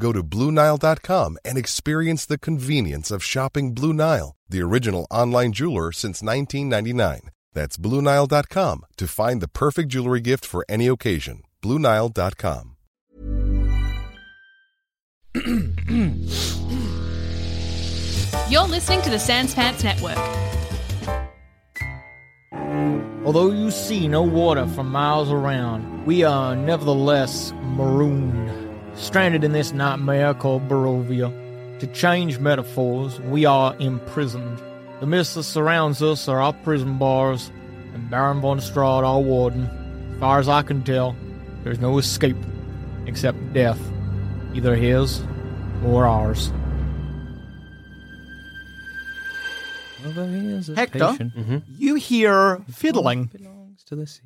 Go to BlueNile.com and experience the convenience of shopping Blue Nile, the original online jeweler since 1999. That's BlueNile.com to find the perfect jewelry gift for any occasion. BlueNile.com. You're listening to the Sans Pants Network. Although you see no water from miles around, we are nevertheless marooned, stranded in this nightmare called Barovia. To change metaphors, we are imprisoned. The mist that surrounds us are our prison bars, and Baron von Strahd, our warden. As far as I can tell, there's no escape except death, either his or ours. Over here's a Hector? patient. You hear fiddling. belongs to the sea.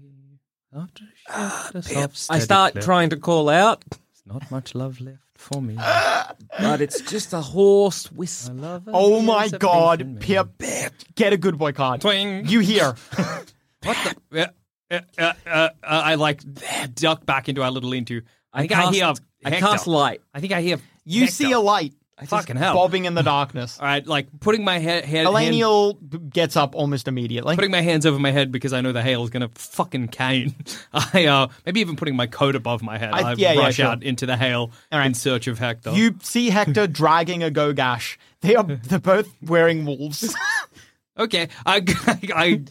After Ah, shift, a soft I steady start clip. trying to call out, There's Not much love left for me. Ah! but it's just a hoarse I whisper. love over Oh here's my a patient, god, man. Pip. Get a good boy card. Twing. You hear. What the? Uh, uh, uh, uh, I like duck back into our little lean-to. I think I cast, hear. I Hector. cast light. I think I hear. You Hector. see a light fucking hell. bobbing in the darkness. All right, like putting my head. head hand, Elenial b- gets up almost immediately. putting my hands over my head because I know the hail is gonna fucking cane. I uh, maybe even putting my coat above my head. I- I, yeah, yeah, rush sure. out into the hail All right. in search of Hector. You see Hector dragging a Gogash. They are they're both wearing wolves. okay? I, I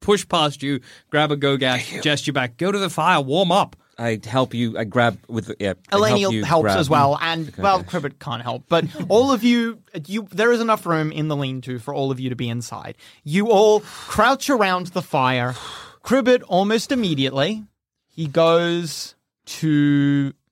push past you, grab a go gash, gesture back, go to the fire, warm up. I help you. I grab with the- yeah. I help Elenial you helps grab. as well, and well, Cribbit can't help. But all of you, you there is enough room in the lean-to for all of you to be inside. You all crouch around the fire. Cribbit almost immediately he goes to.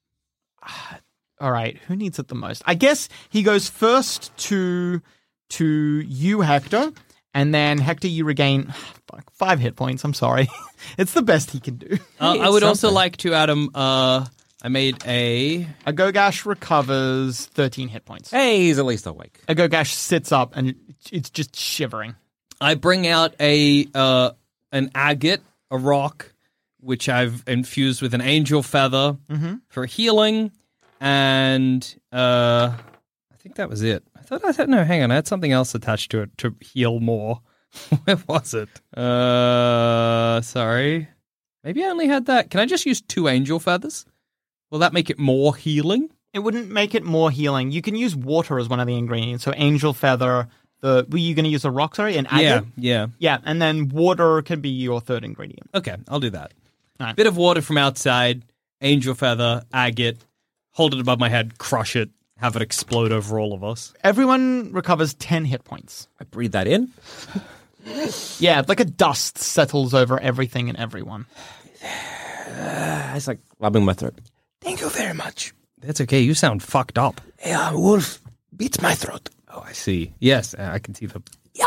All right, who needs it the most? I guess he goes first to to you, Hector, and then Hector, you regain fuck, five hit points. I'm sorry, it's the best he can do. Uh, I would also like to, Adam. Uh, I made a A Gogash recovers 13 hit points. Hey, he's at least awake. A Gogash sits up and it's just shivering. I bring out a uh, an agate, a rock, which I've infused with an angel feather for healing, and uh, I think that was it. I thought I thought no, hang on, I had something else attached to it to heal more. Where was it? Uh, sorry, maybe I only had that. Can I just use two angel feathers? Will that make it more healing? It wouldn't make it more healing. You can use water as one of the ingredients. So angel feather, the were you going to use a rock? Sorry, an Yeah, agate. yeah. Yeah, and then water can be your third ingredient. Okay, I'll do that. Alright. Bit of water from outside, angel feather, agate, hold it above my head, crush it, have it explode over all of us. Everyone recovers ten hit points. I breathe that in. Yeah, like a dust settles over everything and everyone. I was Ah, like rubbing my throat. Thank you very much. That's okay. You sound fucked up. Yeah, uh, wolf beats my throat. Oh, I see. Yes, uh, I can see the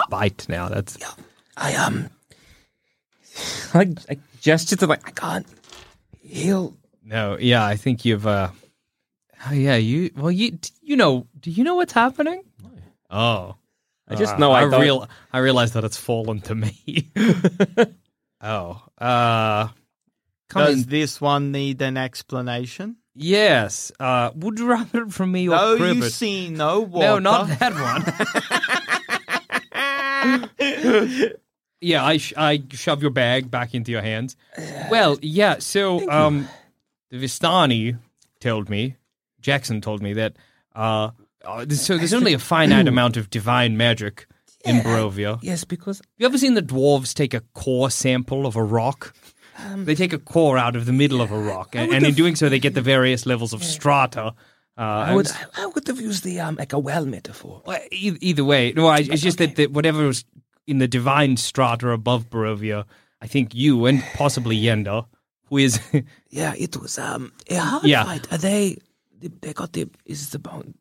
bite now. That's I um I, I gesture to like I can't. heal. no. Yeah, I think you've. uh Oh yeah, you. Well, you. d- You know. Do you know what's happening? Oh, I just Uh, know I, I don't- real. I realize that it's fallen to me. oh. Uh. Come Does in. this one need an explanation? Yes. Uh, would you rather it from me or No, Cribbit? you see no water. no, not that one. yeah, I, sh- I shove your bag back into your hands. Well, yeah, so um, the Vistani told me, Jackson told me that, uh, uh, so there's only a finite amount of divine magic in Barovia. Yes, because You ever seen the dwarves take a core sample of a rock? they take a core out of the middle of a rock, and, and in doing so, they get the various levels of strata. Uh, I would I would have used the um like a well metaphor. Well, e- either way, no, I, it's just that, that whatever was in the divine strata above Barovia, I think you and possibly Yenda, who is Yeah, it was um a hard Yeah. fight. Are they they- they got the is the bone?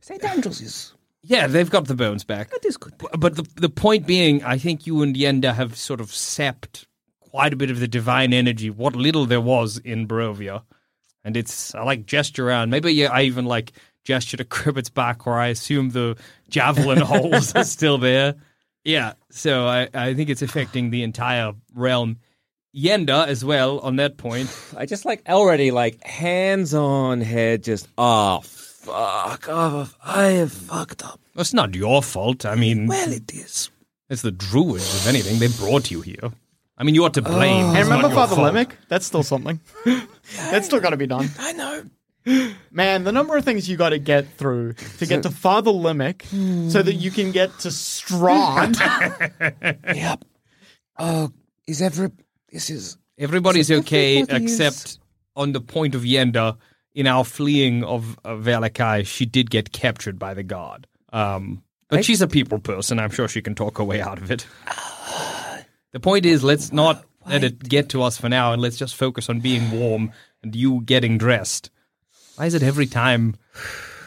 Say Andrews is yeah, they've got the bones back. that is good. But the the point being, I think you and Yenda have sort of sapped quite a bit of the divine energy, what little there was in Barovia, and it's I like gesture around. Maybe yeah, I even like gesture to Cribbit's back, where I assume the javelin holes are still there. Yeah, so I, I think it's affecting the entire realm. Yenda as well on that point. I just like already like hands on head just oh fuck oh I have fucked up. Well, It's not your fault. I mean, Well it is. it's the druids. If anything, they brought you here. I mean, you are to blame. Oh. And It's not remember your Father fault. Lemic? That's still something. That's still got to be done. I know. Man, the number of things you got to get through to get to Father Limic so that you can get to Strahd. Yep. Oh is every this is Everybody's okay everybody is- except on the point of Yenda. In our fleeing of uh, Valakai, she did get captured by the guard. Um, but she's a people person. I'm sure she can talk her way out of it. The point is, let's not let it get to us for now, and let's just focus on being warm and you getting dressed. Why is it every time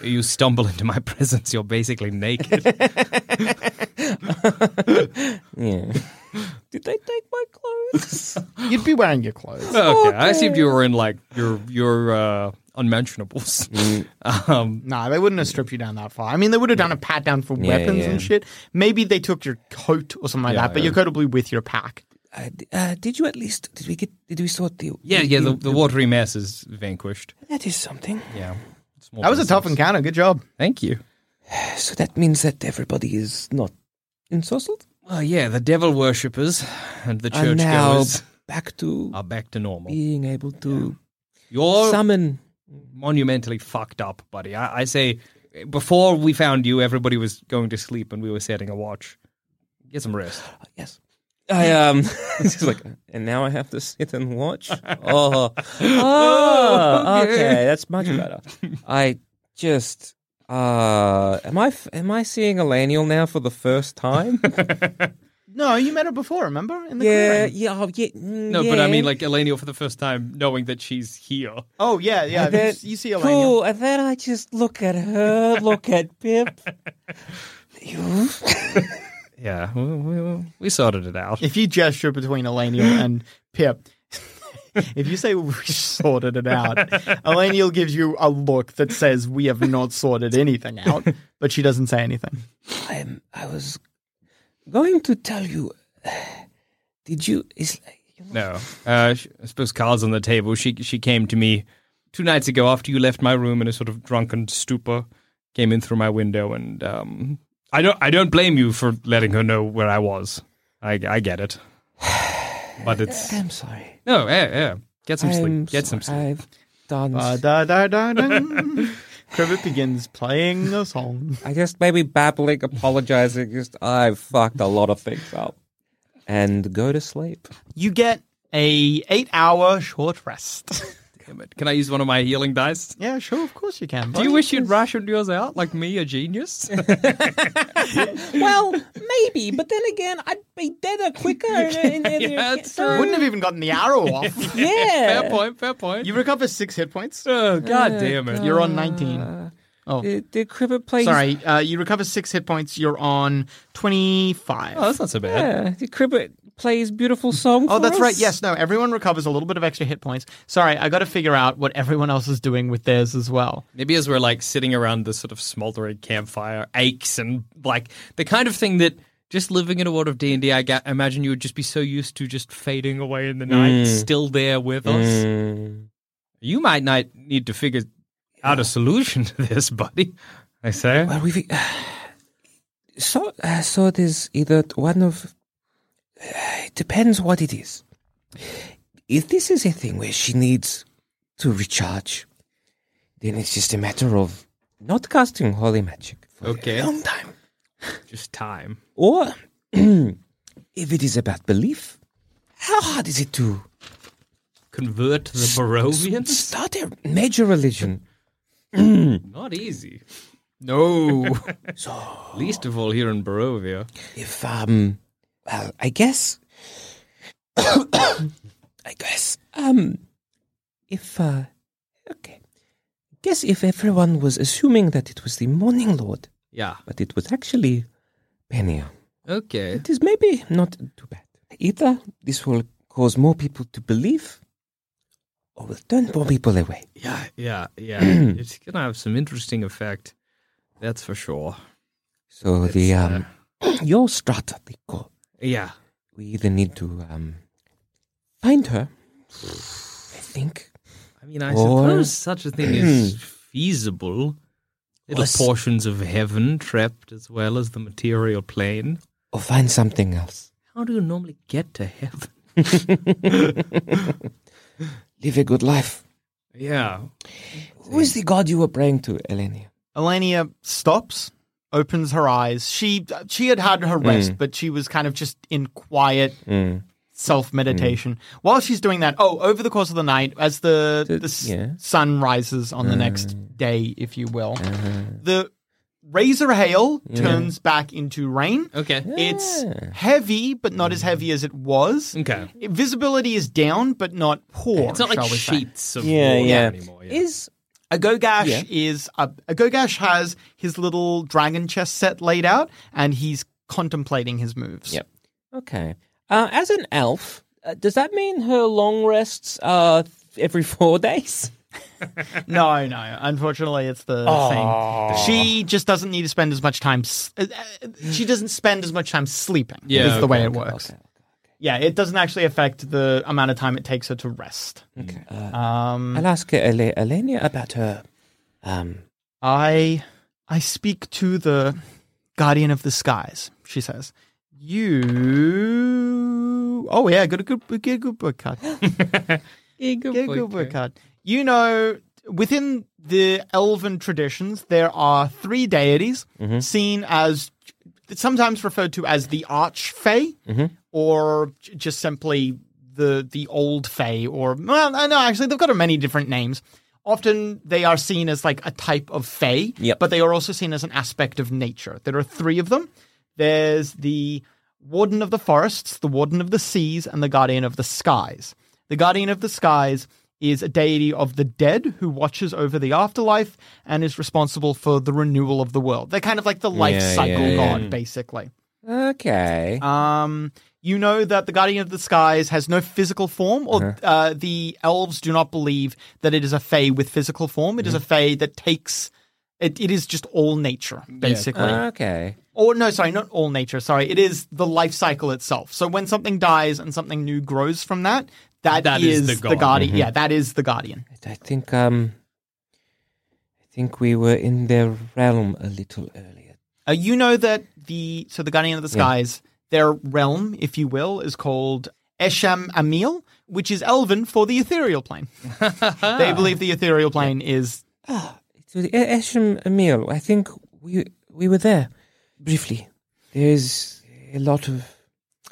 you stumble into my presence, you're basically naked? Yeah. Did they take my clothes? You'd be wearing your clothes. okay, I assumed you were in like your your uh, unmentionables. um, Nah, they wouldn't have stripped you down that far. I mean, they would have done a pat down for weapons yeah. and shit. Maybe they took your coat or something like that, but your coat will be with your pack. uh, d- uh, did you at least did we get did we sort the Yeah, yeah, the, the watery mass is vanquished. that is something. Yeah. Small That was a tough business. encounter. Good job. Thank you. So that means that everybody is not ensorcelled Well, yeah, the devil worshippers and the and now churchgoers back to are back to normal. being able to You're summon. monumentally fucked up, buddy. I, I say, before we found you, everybody was going to sleep and we were setting a watch. Get some rest. Yes, I um. it's like, and now I have to sit and watch. Oh, oh okay. that's much better. I just. Uh, am I f- am I seeing Elanial now for the first time? No, you met her before, remember? In the yeah, clearing. yeah, oh, yeah. mm, No, but I mean, yeah. like, Elenial for the first time knowing that she's here. Oh, yeah, yeah. And then- you, you see Elena. Cool. And then I just look at her, look at Pip. You. Yeah, we, we, we sorted it out. If you gesture between Elenial and Pip, if you say we sorted it out, Elenial gives you a look that says we have not sorted anything out, but she doesn't say anything. I'm, I was going to tell you. Did you? Is No. Uh, sh- I suppose cards on the table. She she came to me two nights ago after you left my room in a sort of drunken stupor. Came in through my window and um, I don't I don't blame you for letting her know where I was. I I get it, but it's I'm sorry. no yeah yeah. Get some I'm sleep. Get some sorry. sleep. I've done. Uh, da, da, da, dun. Cribbit begins playing a song. I just maybe babbling, apologizing. Just I've fucked a lot of things up, and go to sleep. You get a eight hour short rest. Damn it. Can I use one of my healing dice? yeah, sure, of course you can. Do you wish you'd rationed yours out like me, a genius? well, maybe, but then again, I'd be deader quicker. And, and, Yeah, that's so- wouldn't have even gotten the arrow off. Yeah. fair point. Fair point. you recover six hit points. oh god damn it! You're on 19. The, the cribbit plays. Sorry, uh, you recover six hit points. You're on 25. Oh, that's not so bad. Yeah, the cribbit plays beautiful song. Oh, for that's right. us. Yes, no, everyone recovers a little bit of extra hit points. Sorry, I got to figure out what everyone else is doing with theirs as well. Maybe as we're like sitting around the sort of smoldering campfire, aches and like the kind of thing that just living in a world of D and D, I ga- imagine you would just be so used to just fading away in the night, still there with us. Mm. You might not need to figure out a solution to this, buddy. I say. Well, we've so uh, so it is either one of. it depends what it is. If this is a thing where she needs to recharge, then it's just a matter of not casting holy magic for Okay. a long time. Just time. Or, if it is about belief, how hard is it to Convert the Barovians? start a major religion? Not easy. No. Least of all here in Barovia. If, um, well, I guess, I guess, um, if, uh, okay. Guess if everyone was assuming that it was the Morning Lord, Yeah. but it was actually Penia. Okay. It is maybe not too bad. Either this will cause more people to believe, or will turn more people away. Yeah, yeah, yeah. it's gonna have some interesting effect. That's for sure. So the It's, um, your strata, the co- Yeah. we either need to um, find her. I think I mean, I Or- suppose such a thing is feasible. Little s- portions of heaven trapped as well as the material plane. or find something else. How do you normally get to heaven? Live a good life. Yeah. Who is the god you were praying to, Elenia? Elenia stops, opens her eyes. She she had had her rest, but she was kind of just in quiet self meditation. While she's doing that, oh, over the course of the night, as the The- the s- yeah. sun rises on the next day, if you will, the razor hail turns back into rain. Okay. It's heavy, but not as heavy as it was. Okay. Visibility is down, but not poor. It's not like shall we say. sheets of Yeah, water yeah. anymore. Yeah. Is A Gogash Yeah. is a, a Gogash has his little dragon chess set laid out, and he's contemplating his moves. Yep. okay. Uh, as an elf, uh, does that mean her long rests are every four days? No, no. Unfortunately, it's the thing. She just doesn't need to spend as much time. s- uh, uh, She doesn't spend as much time sleeping. Yeah, is the way okay, it works. Yeah, it doesn't actually affect the amount of time it takes her to rest. Okay. Um, I'll ask uh, Ele- Elenia about her. Um, I I speak to the guardian of the skies, she says. You Oh yeah, good good good good book card. Good good book card. You know within the elven traditions there are three deities seen as sometimes referred to as the archfey or j- just simply the the old fae or well I know actually they've got many different names often they are seen as like a type of fae Yep. but they are also seen as an aspect of nature there are three of them there's the warden of the forests the warden of the seas and the guardian of the skies the guardian of the skies is a deity of the dead who watches over the afterlife and is responsible for the renewal of the world. They're kind of like the life Yeah, cycle yeah, god, basically. okay. Um, you know that the Guardian of the Skies has no physical form, or uh, the elves do not believe that it is a fae with physical form. It is a fae that takes. It, it is just all nature, basically. Uh, okay. or, no, sorry, not all nature. Sorry. It is the life cycle itself. So when something dies and something new grows from that, That is is, the the, god. Guardian. Yeah, that is the Guardian. I think um, I think we were in their realm a little earlier. Uh, you know that the so the Guardian of the Skies, their realm, if you will, is called Esham Amil, which is Elven for the ethereal plane. they believe the ethereal plane is So the E- Esham Emil, I think we we were there briefly. There is a lot of.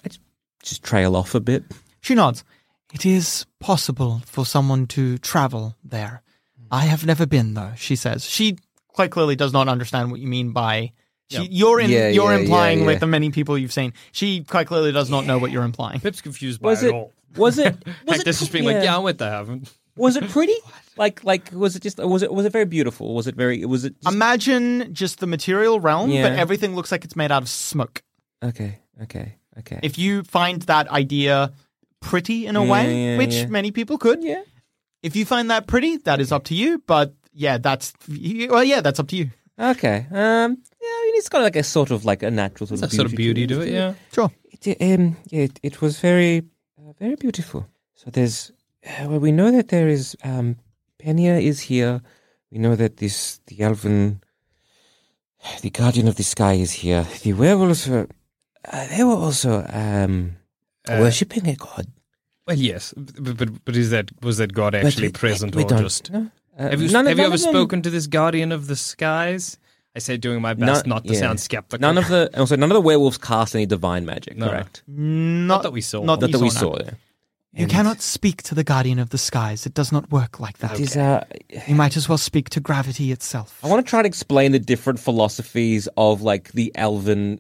I j- just trail off a bit. She nods. It is possible for someone to travel there. Hmm. I have never been though, she says. She quite clearly does not understand what you mean by she, you're in, Yeah, you're yeah, implying yeah, yeah. with the many people you've seen. She quite clearly does not know what you're implying. Pip's confused by Was it, it? all. Was it? Was Hector's just being like, yeah, I went to heaven. Was it pretty? Like, like, was it just? Was it? Was it very beautiful? Was it very? Was it? Just, Imagine just the material realm, Yeah. but everything looks like it's made out of smoke. okay, okay, okay. if you find that idea pretty in a Yeah, way, yeah, which yeah. many people could, yeah. if you find that pretty, that is up to you. But yeah, that's well, yeah, that's up to you. Okay. Um. Yeah. I mean, it's got like a sort of like a natural sort, That of, beauty sort of beauty to it, yeah. Sure. It, um, yeah, it, it was very, uh, very beautiful. So there's, uh, well, we know that there is, um, Penia is here. We know that this, the elven, the guardian of the sky is here. The werewolves were, uh, they were also, um, Uh, worshipping a god. Well, yes, but but, but is that was that God But actually we- present we or don't just? know. Uh, Have you none of- have you none ever of them- spoken to this guardian of the skies? I say doing my best not, to yeah. sound skeptical. None of the and also none of the werewolves cast any divine magic, No. correct? Not, that we saw. Not Not that we no. saw. there. You cannot speak to the guardian of the skies. It does not work like that. These are- You might as well speak to gravity itself. I want to try to explain the different philosophies of like the elven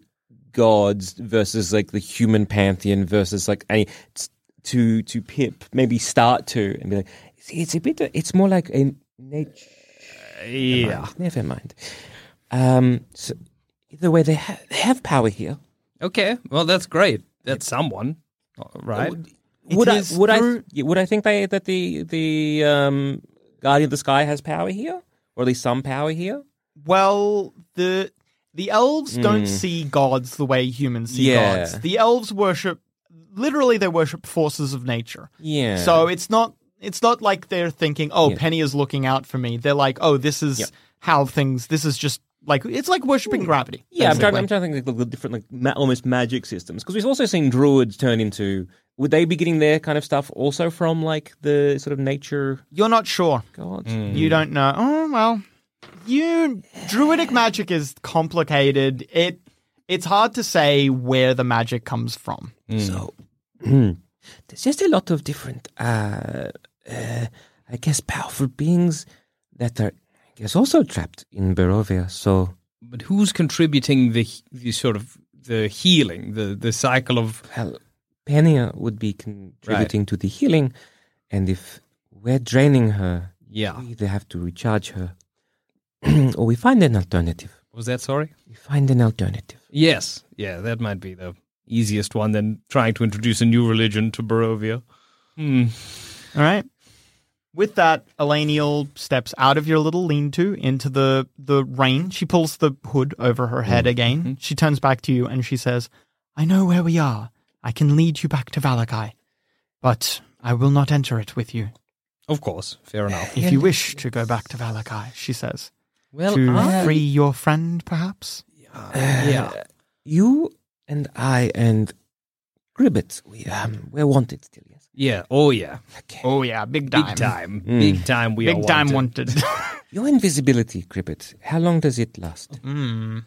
gods versus like the human pantheon versus like any to to Pip maybe start to and be like it's, it's a bit it's more like a nature. Yeah, never mind. Um, so either way, they ha- they have power here. Okay, well that's great. That's someone, right? It would I is would I through- yeah, would I think they that the the um, guardian of the sky has power here, or at least some power here? Well, the the elves don't see gods the way humans see Hmm. Yeah. gods. The elves worship literally they worship forces of nature. Yeah. So it's not it's not like they're thinking, "Oh, Penny is looking out for me." They're like, "Oh, this is how things this is just like it's like worshiping gravity." Yeah, I'm trying, basically. I'm trying to think of like, the different, like ma- almost magic systems because we've also seen druids turn into. Would they be getting their kind of stuff also from like the sort of nature You're not sure. gods? You don't know. Oh well, you druidic magic is complicated. It it's hard to say where the magic comes from. So hmm, there's just a lot of different, uh, uh, I guess, powerful beings that are, I guess, also trapped in Barovia. So But who's contributing the the sort of the healing, the the cycle of well, Penia would be contributing to the healing, and if we're draining her, yeah? we either have to recharge her, or we find an alternative. Was that sorry? We find an alternative. Yes, yeah, that might be the easiest one than trying to introduce a new religion to Barovia. All right. With that, Elenial steps out of your little lean-to into the the rain. She pulls the hood over her Mm-hmm. head again. She turns back to you and she says, "I know where we are. I can lead you back to Valakai, but I will not enter it with you. Of course, fair enough. If you wish to go back to Valakai," she says, Well, "to free your friend, perhaps." Uh, yeah. you and I and Gribbet, we um, we're wanted still. Yes. Yeah. Oh yeah. Oh yeah, big Big time, time. Hmm. Big time. We big are time wanted. wanted. Your invisibility, Gribbet. How long does it last? Hmm.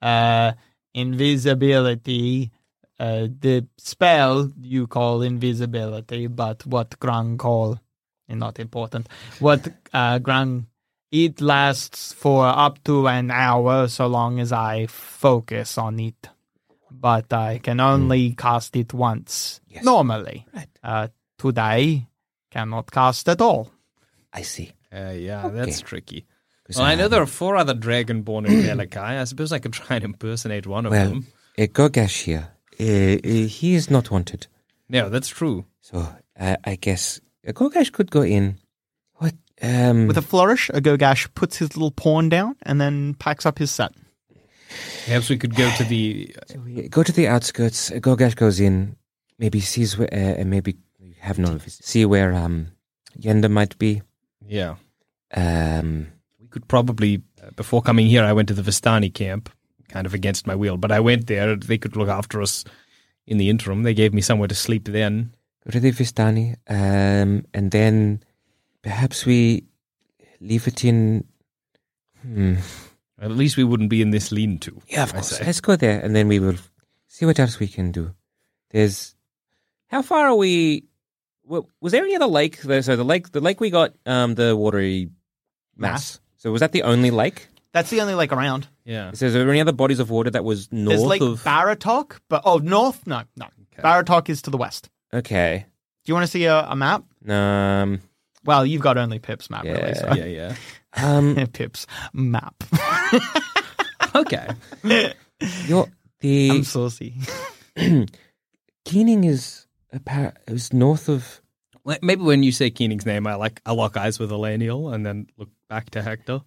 Uh, invisibility. Uh, the spell you call invisibility, but what Grang call, eh, not important. What uh, Grang, it lasts for up to an hour, so long as I focus on it. But I can only cast it once Yes. Oh. normally. Right. Uh, today cannot cast at all. I see. Uh, yeah, that's tricky. 'Cause, Well, I know um, there are four other dragonborn in Malachi. I suppose I could try and impersonate one of Well, them. uh, Gogash here. Uh, uh, he is not wanted, No, that's true. so uh, I guess uh, Gogash could go in. What? Um, With a flourish, a Gogash puts his little pawn down and then packs up his set. Perhaps we could go to the. we go to the outskirts. Uh, Gogash goes in. Maybe sees where, uh, and maybe you have no see where um Yenda might be. Yeah, Um, we could probably. Uh, before coming here, I went to the Vistani camp, kind of against my will, but I went there. They could look after us in the interim. They gave me somewhere to sleep then. go to the Vistani, um, and then perhaps we leave it in. Hmm. At least we wouldn't be in this lean-to. Yeah, of I course. say. Let's go there, and then we will see what else we can do. There's how far are we? wa- Was there any other lake? there? So the lake, the lake we got um, the watery mass. So was that the only lake? That's the only lake around. Yeah. So is there any other bodies of water that was north Uh. There's Lake of? Baratok, but oh, north? No, no. Baratok is to the west. okay. Do you want to see a, a map? Um. Well, you've got only Pip's map, really. So. Yeah, Yeah. yeah. Um. Pip's map. Okay. Your the I'm saucy. Keening is appar- it was north of Well, Maybe when you say Keening's name, I like I lock eyes with Elanial and then look back to Hector.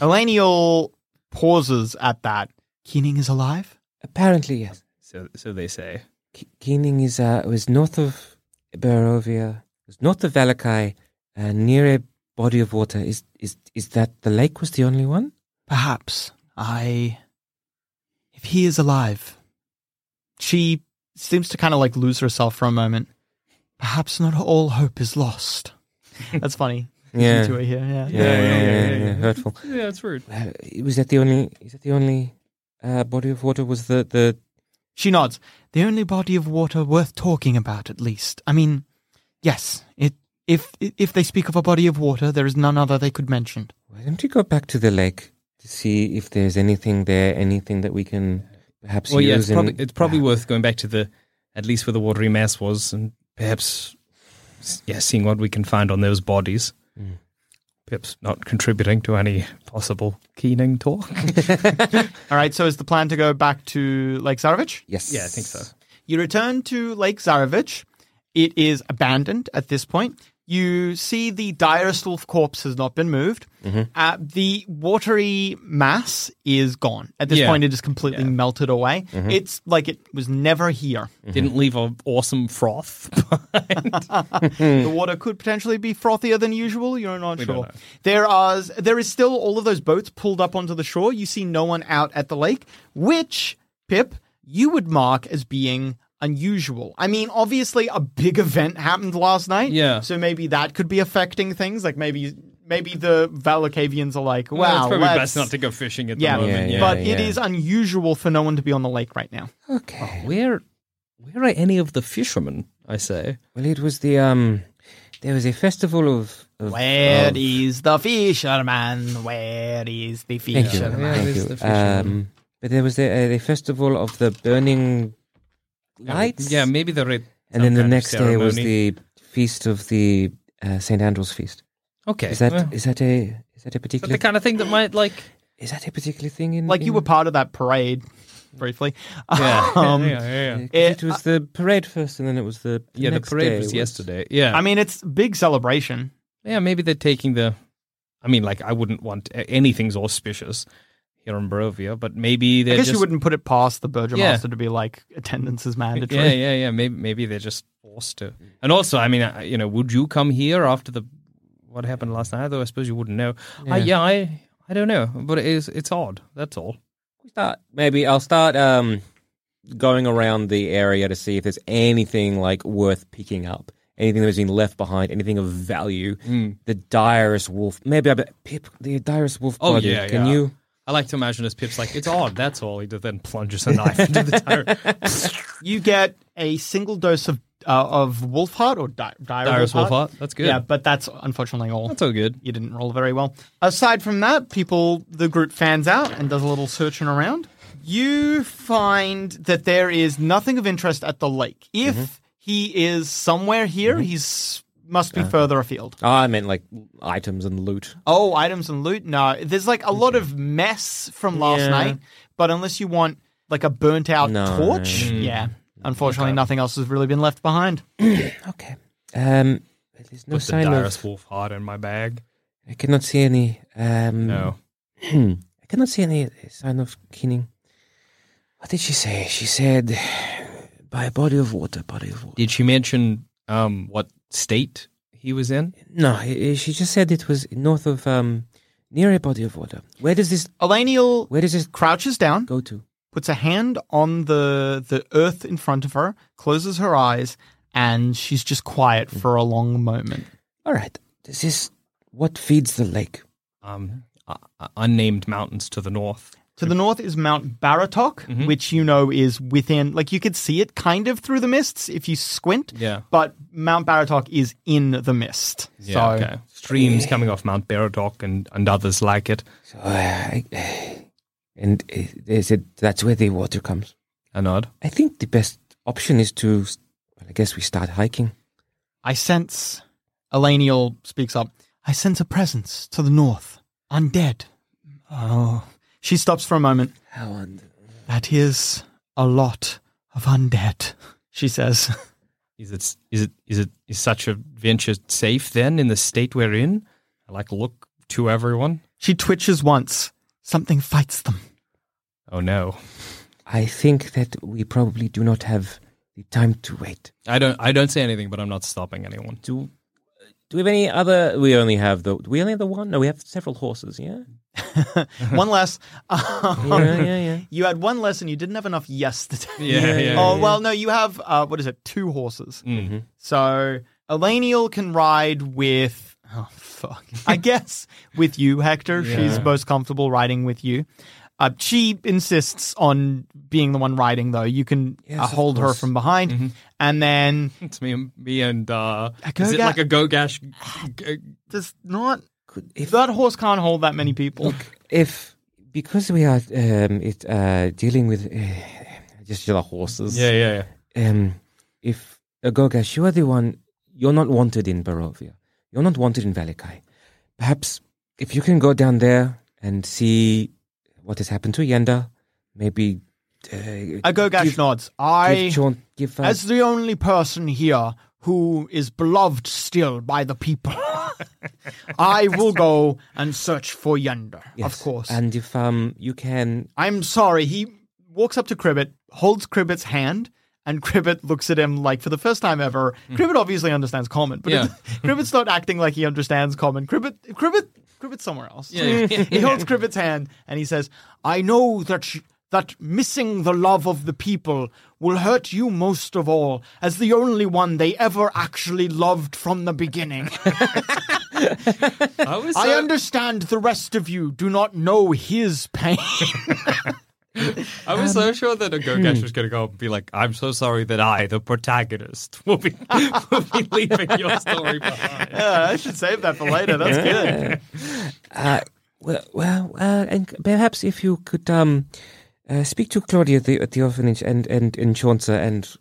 Elenial pauses at that. Keening is alive? apparently yes. So, so they say. Ke- Keening is uh, was north of Barovia, was north of Valakai, uh, near a body of water. Is is is that the lake was the only one? Perhaps. I. If he is alive. She seems to kind of like lose herself for a moment. Perhaps not all hope is lost. That's funny. Yeah. to it here. Yeah. Yeah, yeah, yeah, yeah, yeah. hurtful. Yeah, it's rude. Uh, was that the only? Is that the only uh, body of water? Was the the She nods. The only body of water worth talking about, at least. I mean, yes. It if if they speak of a body of water, there is none other they could mention. Why don't you go back to the lake to see if there's anything there, anything that we can perhaps Well, use? Ah, yeah, it's and- probably, it's probably worth going back to the at least where the watery mass was, and perhaps s- yeah, seeing what we can find on those bodies. Mm. Perhaps not contributing to any possible keening talk. All right. So is the plan to go back to Lake Zarovich? yes. Yeah, I think so. You return to Lake Zarevich. It is abandoned at this point. You see the direwolf corpse has not been moved. Mm-hmm. Uh, the watery mass is gone. At this Yeah. Mm-hmm. point, it is completely melted away. It's like it was never here. Didn't leave an awesome froth. The water could potentially be frothier than usual. You're not Hmm. don't sure. know. There are there is still all of those boats pulled up onto the shore. You see no one out at the lake, which Pip you would mark as being unusual. I mean, obviously a big event happened last night. Yeah. So maybe that could be affecting things. Like maybe maybe the Valacavians are like, wow, Well, it's probably let's- best not to go fishing at the yeah, moment. Yeah, but yeah, it yeah. is unusual for no one to be on the lake right now. Okay. Where, where are any of the fishermen? I say. Well, it was the um. There was a festival of. of Where is of- the fisherman? Where is the Thank you. fisherman? Thank you. Um, but there was the, uh, the festival of the burning lights. Yeah, maybe the red. And then the next day was the feast of the uh, St Andrew's feast. okay. Is that is well, that a is that a is that particular the kind of thing that might like? is that a particular thing in like you in- were part of that parade briefly. Mm-hmm. Yeah, Um, yeah, yeah, yeah. 'cause Eh, it was the parade first, and then it was the Yeah, the next day parade was yesterday. Yeah, I mean, it's a big celebration. Yeah, maybe they're taking the. I mean, like I wouldn't want a- anything's auspicious here in Barovia, but maybe I they're guess just. you wouldn't put it past the burgomaster Yeah. to be like attendance is mandatory. Yeah, yeah, yeah. Maybe maybe they're just forced to. And also, I mean, I, you know, would you come here after the what happened last night? Though I suppose you wouldn't know. Yeah, I, yeah, I I don't know, but it is it's odd. That's all. Start, maybe I'll start um, going around the area to see if there's anything like worth picking up, anything that has been left behind, anything of value. Hmm. The direst wolf, maybe I bet Pip, the direst wolf. Oh, body. yeah, can yeah. you? I like to imagine as Pip's like it's odd. That's all. He then plunges a knife into the tire. You get a single dose of uh, of Wolfheart or di- dire Dyrus Wolfheart. Wolfhart. That's good. Yeah, but that's unfortunately all. that's all good. you didn't roll very well. Aside from that, people, the group fans out and does a little searching around. You find that there is nothing of interest at the lake. If Mm-hmm. he is somewhere here, he's must be further afield. Oh, I meant like items and loot. Oh, items and loot. No, there's like a lot of mess from last Yeah. night, but unless you want like a burnt out No. Hmm. torch, yeah. Unfortunately, nothing else has really been left behind. Okay. Um, but there's no Put the sign Dyrus of. Wolf heart in my bag. I cannot see any. Um, No. I cannot see any sign of keening. What did she say? She said, "By a body of water, body of water." Did she mention um what state he was in? No, eh, eh, she just said it was north of um, near a body of water. Where does this? Elanial Where does this crouches down, go to? puts a hand on the the earth in front of her, closes her eyes, and she's just quiet Hmm. for a long moment. All right. Does this? What feeds the lake? um, uh, uh, unnamed mountains to the north. To the north is Mount Baratok, Mm-hmm. which you know is within like you could see it kind of through the mists if you squint. Yeah. But Mount Baratok is in the mist. so Streams coming off Mount Baradoc and, and others like it. So, uh, I, eh, and eh, they said that's where the water comes. An odd. I think the best option is to. s- Well, I guess we start hiking. I sense Elanial speaks up. I sense a presence to the north. Undead. Oh. She stops for a moment. How under? That is a lot of undead, she says. Is it is it is it is such a venture safe then in the state we're in? I like look to everyone. She twitches once. Something fights them. Oh no, I think that we probably do not have the time to wait. I don't I don't say anything, but I'm not stopping anyone. Do uh, do we have any other? We only have the. Do we only have the one? No, we have several horses. Yeah. one less. yeah, yeah, yeah. you had one less and you didn't have enough yesterday. Yeah, yeah. oh, well, no, you have, Mm-hmm. uh, what is it, two horses. Mm. So Elanial can ride with. Oh fuck! I guess with you, Hector. She's most comfortable riding with you. Uh, she insists on being the one riding, though. You can uh, hold her from behind, Mm-hmm. and then It's me and me and uh, go is it ga- like a go gash? does not if- that horse can't hold that many people. if because we are um, it uh, dealing with uh, just your horses. Yeah, yeah, yeah. Um, if uh, Gogash, you are the one. You're not wanted in Barovia. You're not wanted in Valikai. Perhaps if you can go down there and see what has happened to Yenda, maybe. Uh, I go gash give- nods. I Give, Chaunt- give uh, as the only person here who is beloved still by the people. I will go and search for Yonder, yes. of course. And if um you can, I'm sorry. He walks up to Cribbit, holds Cribbit's hand, and Cribbit looks at him like for the first time ever. Cribbit obviously understands common, but Hmm. Yeah. Cribbit's not acting like he understands common. Cribbit, Cribbit, Cribbit's somewhere else. Yeah. he holds Cribbit's hand and he says, "I know that." sh- that missing the love of the people will hurt you most of all, as the only one they ever actually loved from the beginning. I was. I so- understand the rest of you do not know his pain. I was so sure that a Gogash was going to go up and be like, "I'm so sorry that I, the protagonist, will be will be leaving your story behind." Yeah, I should save that for later. That's good. uh, well, well, uh, and perhaps if you could um uh, speak to Claudia at the, at the orphanage and and in Chauncer and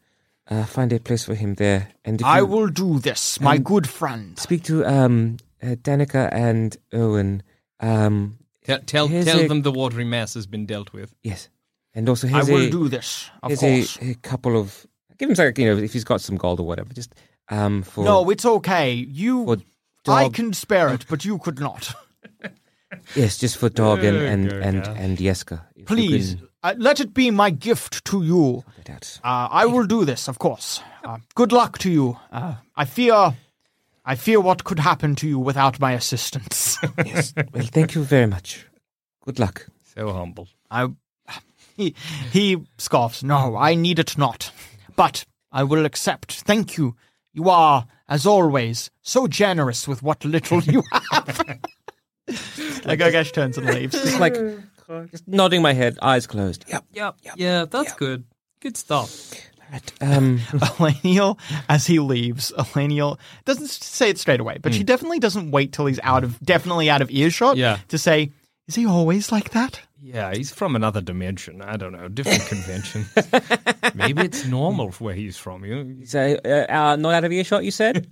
uh, find a place for him there. And if I you- will do this, my good friend. speak to um, uh, Danica and Owen. Um, Tell tell, Here's tell a- them the watery mass has been dealt with. yes, and also I here's will a, do this, of here's a, course. a couple of give him like you know if he's got some gold or whatever. Just um for No, it's okay. for You, I dog. can spare it, but you could not. yes, just for dog and and Okay, and yeah. and Yeska. if you Please, can uh, let it be my gift to you. put out. Uh, I will do this, of course. Uh, good luck to you. Uh, I fear, I fear what could happen to you without my assistance. Yes. well, thank you very much. Good luck. So humble. I, he, he scoffs. No, I need it not. But I will accept. Thank you. You are, as always, so generous with what little you have. like Ogesh turns and leaves. Just like just nodding my head, eyes closed. Yep. Yep. Yeah, that's good. Good stuff. Right. Um, Elenial, as he leaves, Elenial doesn't s- say it straight away, but she definitely doesn't wait till he's out of definitely out of earshot Yeah. to say, "Is he always like that?" Yeah, he's from another dimension. I don't know, different convention. Maybe it's normal where he's from. You so, uh, uh, not out of earshot, you said?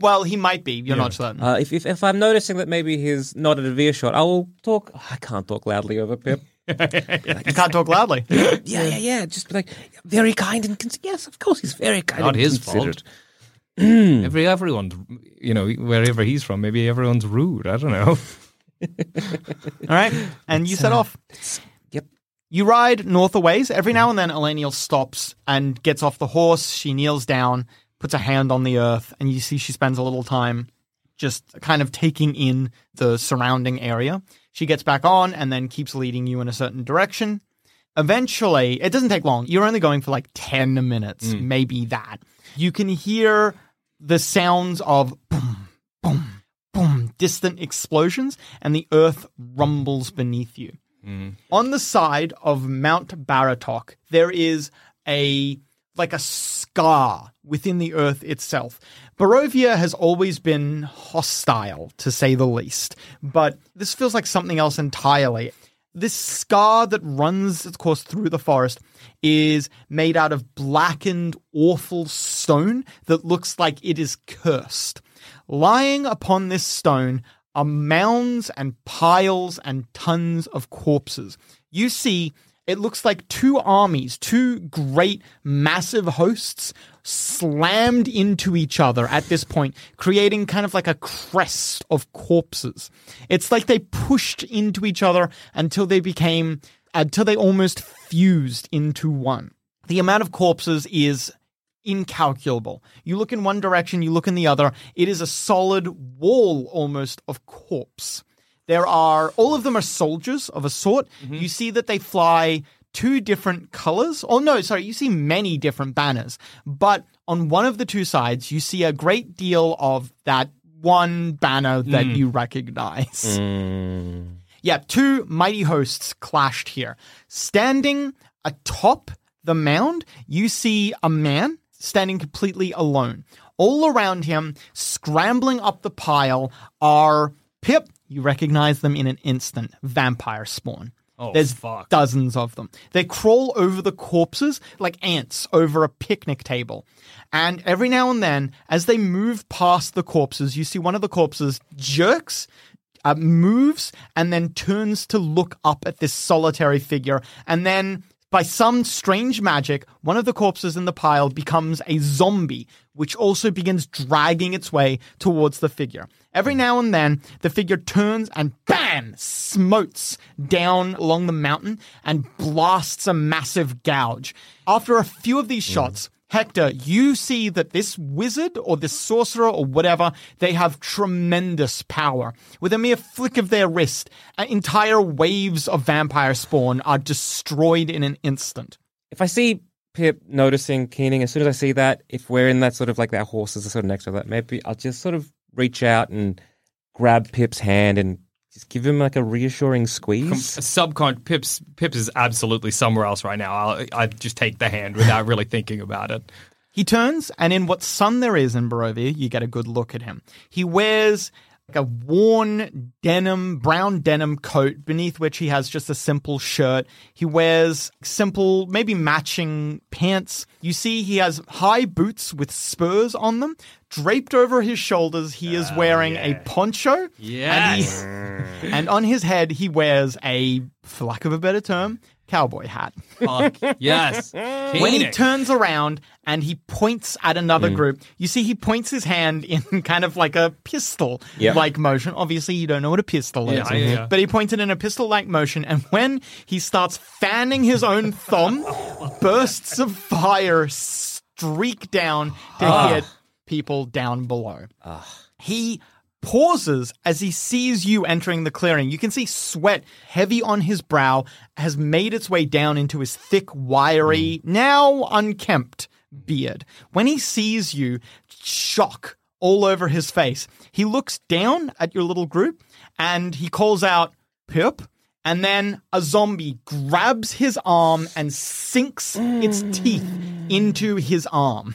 Well, he might be. You're not certain. Uh, if, if if I'm noticing that maybe he's not at a veer shot, I will talk. I can't talk loudly over Pip. you can't talk loudly. yeah, yeah, yeah. Just be like very kind and cons- yes, of course he's very kind. not and his considerate. fault. Every everyone's, you know, wherever he's from, maybe everyone's rude. I don't know. All right, and you set off. Yep. You ride north a ways. Every now and then, Elenial stops and gets off the horse. She kneels down, puts a hand on the earth, and you see she spends a little time just kind of taking in the surrounding area. She gets back on and then keeps leading you in a certain direction. Eventually, it doesn't take long. You're only going for like 10 minutes, maybe that. You can hear the sounds of boom, boom, boom, um, distant explosions, and the earth rumbles beneath you on the side of Mount Baratok, there is a like a scar within the earth itself. Barovia has always been hostile, to say the least, but this feels like something else entirely. This scar that runs its course through the forest is made out of blackened, awful stone that looks like it is cursed. Lying upon this stone are mounds and piles and tons of corpses. You see, it looks like two armies, two great massive hosts slammed into each other at this point, creating kind of like a crest of corpses. It's like they pushed into each other until they became, until they almost fused into one. The amount of corpses is incalculable. You look in one direction, you look in the other. It is a solid wall almost of corpse. There are, all of them are soldiers of a sort. You see that they fly two different colors. Oh, no, sorry, you see many different banners. But on one of the two sides, you see a great deal of that one banner that you recognize. Yeah, two mighty hosts clashed here. Standing atop the mound, you see a man standing completely alone. All around him, scrambling up the pile, are Pip. You recognize them in an instant. Vampire spawn. Oh, There's fuck. dozens of them. They crawl over the corpses like ants over a picnic table. And every now and then, as they move past the corpses, you see one of the corpses jerks, uh, moves, and then turns to look up at this solitary figure. And then, by some strange magic, one of the corpses in the pile becomes a zombie, which also begins dragging its way towards the figure. Every now and then, the figure turns and bam, smotes down along the mountain and blasts a massive gouge. After a few of these shots, Hector, you see that this wizard or this sorcerer or whatever, they have tremendous power. With a mere flick of their wrist, uh, entire waves of vampire spawn are destroyed in an instant. If I see Pip noticing Keening, as soon as I see that, if we're in that sort of like that horse is sort of next to that, maybe I'll just sort of reach out and grab Pip's hand and just give him like a reassuring squeeze. Subcon Pips Pips is absolutely somewhere else right now. I'll, I just take the hand without really thinking about it. He turns, and in what sun there is in Barovia, you get a good look at him. He wears like a worn denim, brown denim coat, beneath which he has just a simple shirt. He wears simple, maybe matching pants. You see, he has high boots with spurs on them. Draped over his shoulders, he is wearing a poncho. Yes. And, he- and on his head, he wears a, for lack of a better term, cowboy hat. Fuck. Yes. When he Keening. turns around and he points at another group, you see he points his hand in kind of like a pistol like motion. Obviously, you don't know what a pistol is, yeah, yeah. but he pointed in a pistol like motion. And when he starts fanning his own thumb, bursts of fire streak down to hit people down below. He pauses as he sees you entering the clearing. You can see sweat heavy on his brow has made its way down into his thick, wiry, now unkempt beard. When he sees you, shock all over his face. He looks down at your little group and he calls out, Pip. And then a zombie grabs his arm and sinks its teeth into his arm.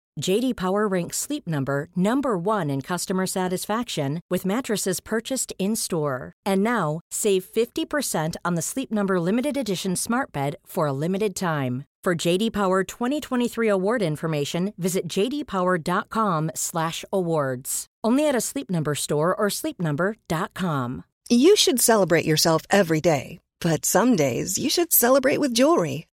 JD Power ranks Sleep Number number 1 in customer satisfaction with mattresses purchased in-store. And now, save 50% on the Sleep Number limited edition Smart Bed for a limited time. For JD Power 2023 award information, visit jdpower.com/awards. Only at a Sleep Number store or sleepnumber.com. You should celebrate yourself every day, but some days you should celebrate with jewelry.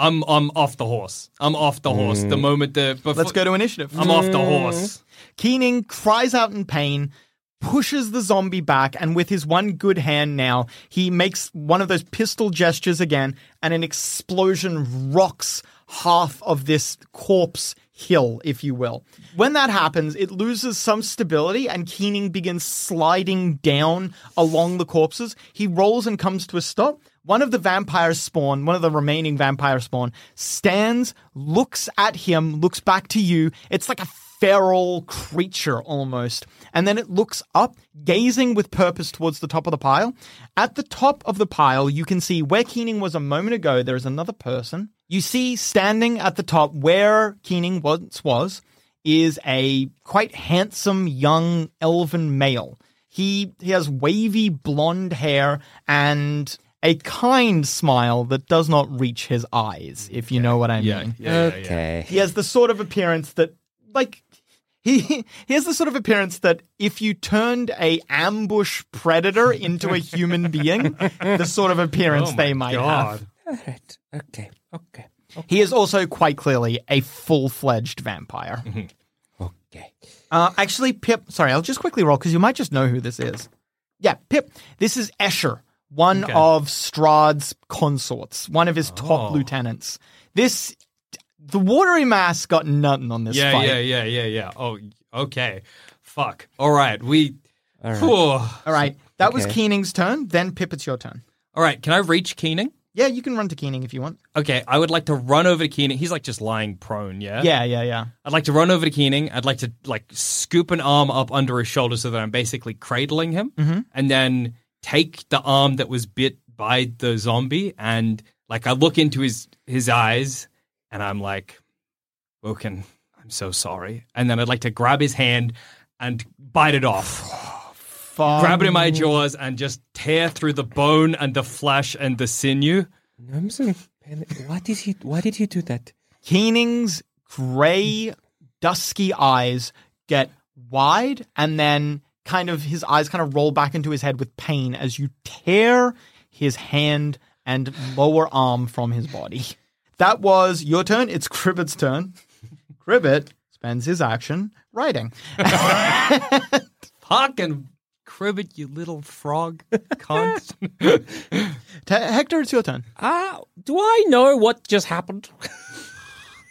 I'm I'm off the horse. I'm off the horse. The moment the before, Mm. Let's go to initiative. I'm off the horse. Keening cries out in pain, pushes the zombie back, and with his one good hand now, he makes one of those pistol gestures again, and an explosion rocks half of this corpse hill, if you will. When that happens, it loses some stability, and Keening begins sliding down along the corpses. He rolls and comes to a stop. One of the vampires spawn, one of the remaining vampire spawn, stands, looks at him, looks back to you. It's like a feral creature almost. And then it looks up, gazing with purpose towards the top of the pile. At the top of the pile, you can see where Keening was a moment ago, there is another person. You see standing at the top where Keening once was is a quite handsome young elven male. He he has wavy blonde hair and a kind smile that does not reach his eyes, if you know what I mean. Okay. He has the sort of appearance that, like, he he has the sort of appearance that if you turned a ambush predator into a human being, the sort of Oh appearance they might have. All right. Okay. Okay. He is also quite clearly a full fledged vampire. Okay. Uh, actually, Pip, sorry, I'll just quickly roll because you might just know who this is. Yeah, Pip, this is Escher, one of Strahd's consorts, one of his Oh. top lieutenants. This, the watery mass got nothing on this Yeah, fight. yeah, yeah, yeah, yeah. Oh, okay. Fuck. All right. We. All right. All right, that was Okay. Keening's turn. Then Pip, it's your turn. All right. Can I reach Keening? Yeah, you can run to Keening if you want. Okay. I would like to run over to Keening. He's like just lying prone. Yeah. Yeah, yeah, yeah. I'd like to run over to Keening. I'd like to like scoop an arm up under his shoulder so that I'm basically cradling him, and then take the arm that was bit by the zombie and like I look into his his eyes and I'm like, Woken, I'm so sorry. And then I'd like to grab his hand and bite it off, Fuck. grab it in my jaws and just tear through the bone and the flesh and the sinew. I'm so. Why did he? Why did you do that? Keening's grey, dusky eyes get wide, and then kind of his eyes kind of roll back into his head with pain as you tear his hand and lower arm from his body. That was your turn. It's Cribbit's turn. Cribbit spends his action writing. Fucking cribbit, you little frog cunt. Te- Hector, it's your turn. Ah, do I know what just happened?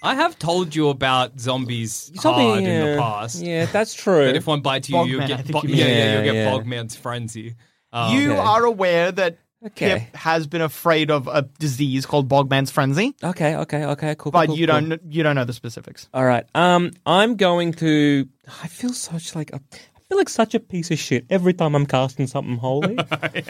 I have told you about zombies You told me, hard Ah, in the yeah. past. Yeah, that's true. That if one bites you, you Bogman, I get think bog- you yeah, mean. yeah, you'll get Yeah, yeah. Bogman's frenzy. Um, you okay. are aware that Okay. Pip has been afraid of a disease called Bogman's Frenzy, okay. Okay. Okay. Cool. but cool, you cool. don't kn- you don't know the specifics. All right. Um, I'm going to. I feel such like a. I feel like such a piece of shit every time I'm casting something holy. But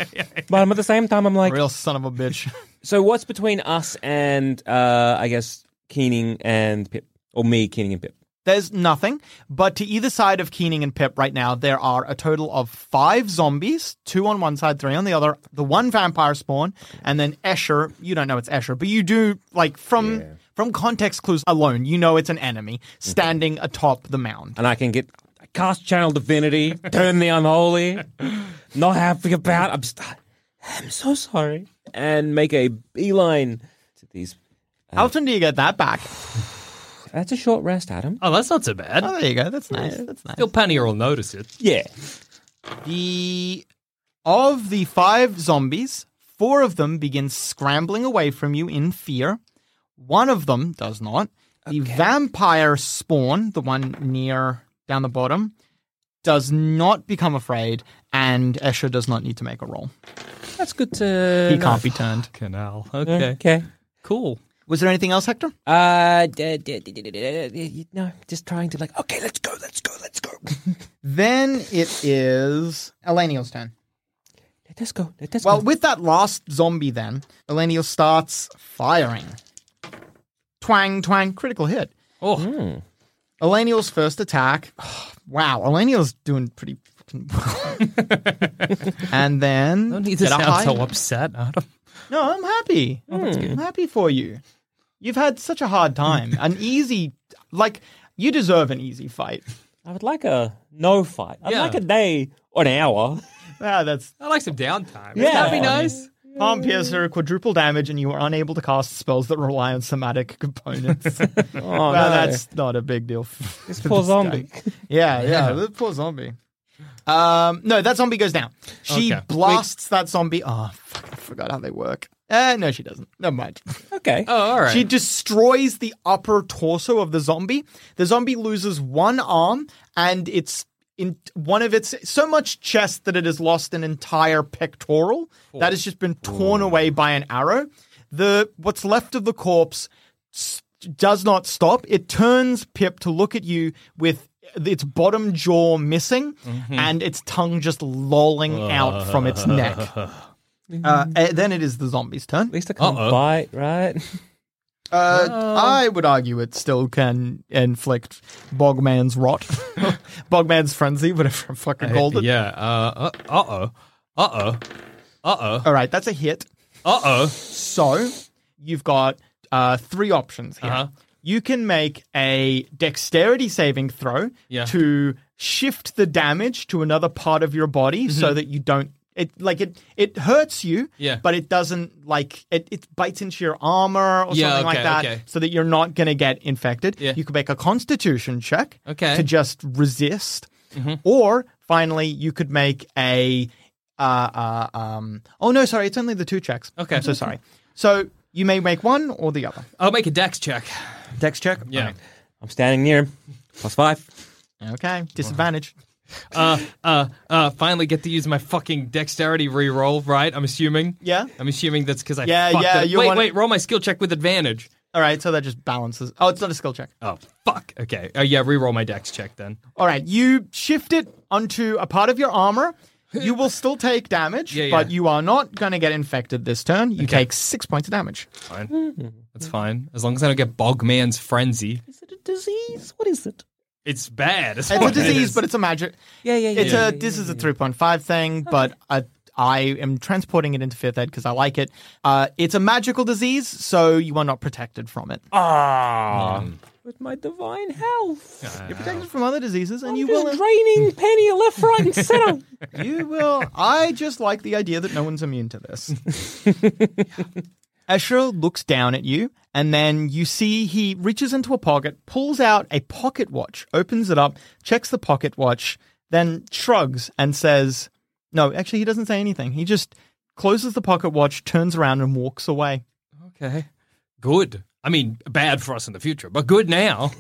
I'm at the same time, I'm like, Real son of a bitch. so what's between us and uh, I guess Keening and Pip, or me, Keening and Pip? There's nothing, but to either side of Keening and Pip right now, there are a total of five zombies, two on one side, three on the other, the one vampire spawn, and then Escher. You don't know it's Escher, but you do like from from context clues alone, you know it's an enemy Mm-hmm. standing atop the mound. And I can get cast channel divinity, turn the unholy, not happy about. I'm just, I'm so sorry, and make a beeline to these. Uh-huh. How often do you get that back? That's a short rest, Adam. oh, that's not so bad. Oh, there you go. That's nice. That's nice. Still, Pannier will notice it. Yeah. The of the five zombies, four of them begin scrambling away from you in fear. One of them does not. The vampire spawn, the one near down the bottom, does not become afraid, and Escher does not need to make a roll. That's good to. He can't be turned. Canal. Okay. Okay. Cool. Was there anything else, Hector? Uh, d- d- d- d- d- d- d- no, just trying to like. Okay, let's go, let's go, let's go. Then it is Elenial's turn. Let us go. Let us Well, go. with that last zombie, then Elenial starts firing. Twang, twang, critical hit. Oh, Elenial's first attack. Wow, Elenial's doing pretty fucking well. and then don't need to Get a sound high- so upset, Adam. No, I'm happy. I'm happy for you. You've had such a hard time. An easy, like you deserve an easy fight. I would like a no fight. I'd Yeah. like a day or an hour. Ah, that's I like some downtime. Yeah. That'd be nice. Palm Piercer, quadruple damage, and you are unable to cast spells that rely on somatic components. Oh, well, no. that's not a big deal. this poor zombie. Yeah, yeah, the poor zombie. Um, no, that zombie goes down. She Okay. blasts that zombie. Oh, fuck, I forgot how they work. Uh, no, she doesn't. Never mind. Okay. Oh, all right. She destroys the upper torso of the zombie. The zombie loses one arm and it's in one of its so much chest that it has lost an entire pectoral that has just been torn away by an arrow. The what's left of the corpse s- does not stop. It turns Pip to look at you with its bottom jaw missing and its tongue just lolling out from its neck. Uh, and then it is the zombie's turn. At least I can't Uh-oh. bite, right? Uh, I would argue it still can inflict Bogman's rot, Bogman's frenzy, whatever I'm fucking called it. Yeah. Uh oh. Uh oh. Uh All right, that's a hit. oh. Uh oh. So you've got uh, three options here. Uh-huh. You can make a dexterity saving throw Yeah. to shift the damage to another part of your body so that you don't. It like it it hurts you, Mm-hmm. Yeah. but it doesn't like it. It bites into your armor or Yeah, something like okay, that, okay. so that you're not gonna get infected. Yeah. You could make a Constitution check Okay. Mm-hmm. to just resist, or finally you could make a uh, uh, um, oh no, sorry, it's only the two checks. Okay. I'm so sorry. So you may make one or the other. I'll make a dex check. Dex check. Yeah. I'm standing near him. Plus five. Okay. Disadvantage. Uh, uh, uh, finally get to use my fucking dexterity reroll, right? I'm assuming. Yeah. I'm assuming that's because I. Yeah, fucked yeah, up. you Wait, wanna- wait. Roll my skill check with advantage. All right. So that just balances. Oh, it's not a skill check. Oh fuck. Okay. Uh, yeah. Reroll my dex check then. All right. You shift it onto a part of your armor. You will still take damage, Yeah, yeah. but you are not going to get infected this turn. You take six points of damage. Fine. That's fine. As long as I don't get Bogman's frenzy. Is it a disease? What is it? It's bad. It's a disease, but it's a magic. Yeah, yeah, yeah. It's a this is a 3.5 thing, but I, I am transporting it into fifth ed because I like it. Uh, it's a magical disease, so you are not protected from it. Ah. With my divine health. You're protected from other diseases, and I'm you just will. draining penny left, right, and center. You will. I just like the idea that no one's immune to this. Escher looks down at you, and then you see he reaches into a pocket, pulls out a pocket watch, opens it up, checks the pocket watch, then shrugs and says, No, actually, he doesn't say anything. He just closes the pocket watch, turns around, and walks away. Okay. Good. I mean, bad for us in the future, but good now.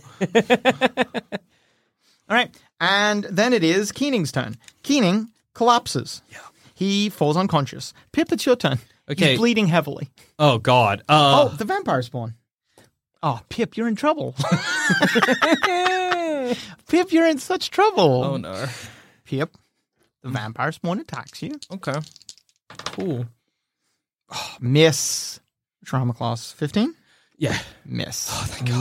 All right. And then it is Keening's turn. Keening collapses. Yeah. He falls unconscious. Pip, it's your turn. Okay. He's bleeding heavily. Oh God. Oh, Uh, the vampire spawn. Oh, Pip, you're in trouble. Pip, you're in such trouble. oh no. Pip, the vampire spawn attacks you. Okay. Cool. Miss. Trauma class 15. Yeah. Miss.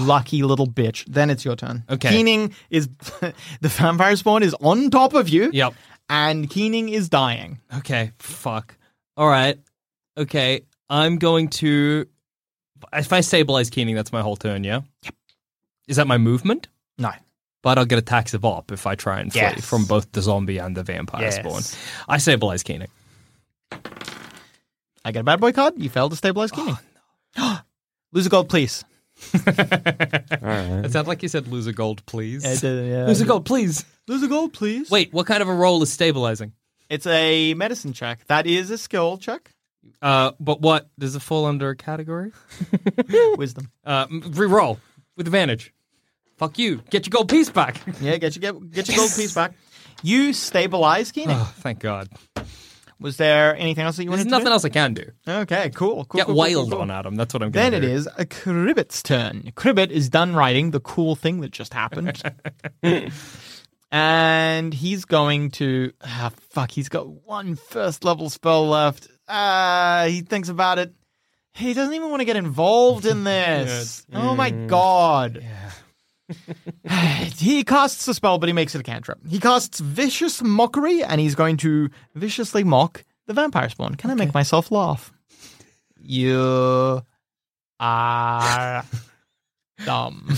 Lucky little bitch. Then it's your turn. Okay. Keening is. the vampire spawn is on top of you. Yep. And Keening is dying. Okay. Fuck. All right. Okay. I'm going to. If I stabilize Keening, that's my whole turn. Yeah. Yep. Is that my movement? No. But I'll get a tax of op if I try and flee Yes. from both the zombie and the vampire Yes. spawn. I stabilize Keening. I get a bad boy card. You fail to stabilize Keening. Lose a gold, please. It sounded like you said lose a gold, please. Lose Lose a gold, please. Uh, Lose a gold, please. Wait, what kind of a roll is stabilizing? It's a medicine check. That is a skill check. Uh, but what does it fall under a category? Wisdom. Uh, m- reroll with advantage. Fuck you. Get your gold piece back. Yeah, get your get, get your gold piece back. You stabilize Keenan. Oh, thank God. Was there anything else that you There's wanted nothing to else I can do. do? Okay, cool. cool Get cool, cool, wailed cool, cool. on, Adam. That's what I'm Then going it to do. is a Cribbit's turn. Cribbit is done writing the cool thing that just happened. and he's going to ah, fuck, he's got one first level spell left. Ah, he thinks about it. He doesn't even want to get involved in this. Oh my Mm. god. he casts a spell, but he makes it a cantrip. He casts vicious mockery, and he's going to viciously mock the vampire spawn. Can I make myself laugh? You are dumb.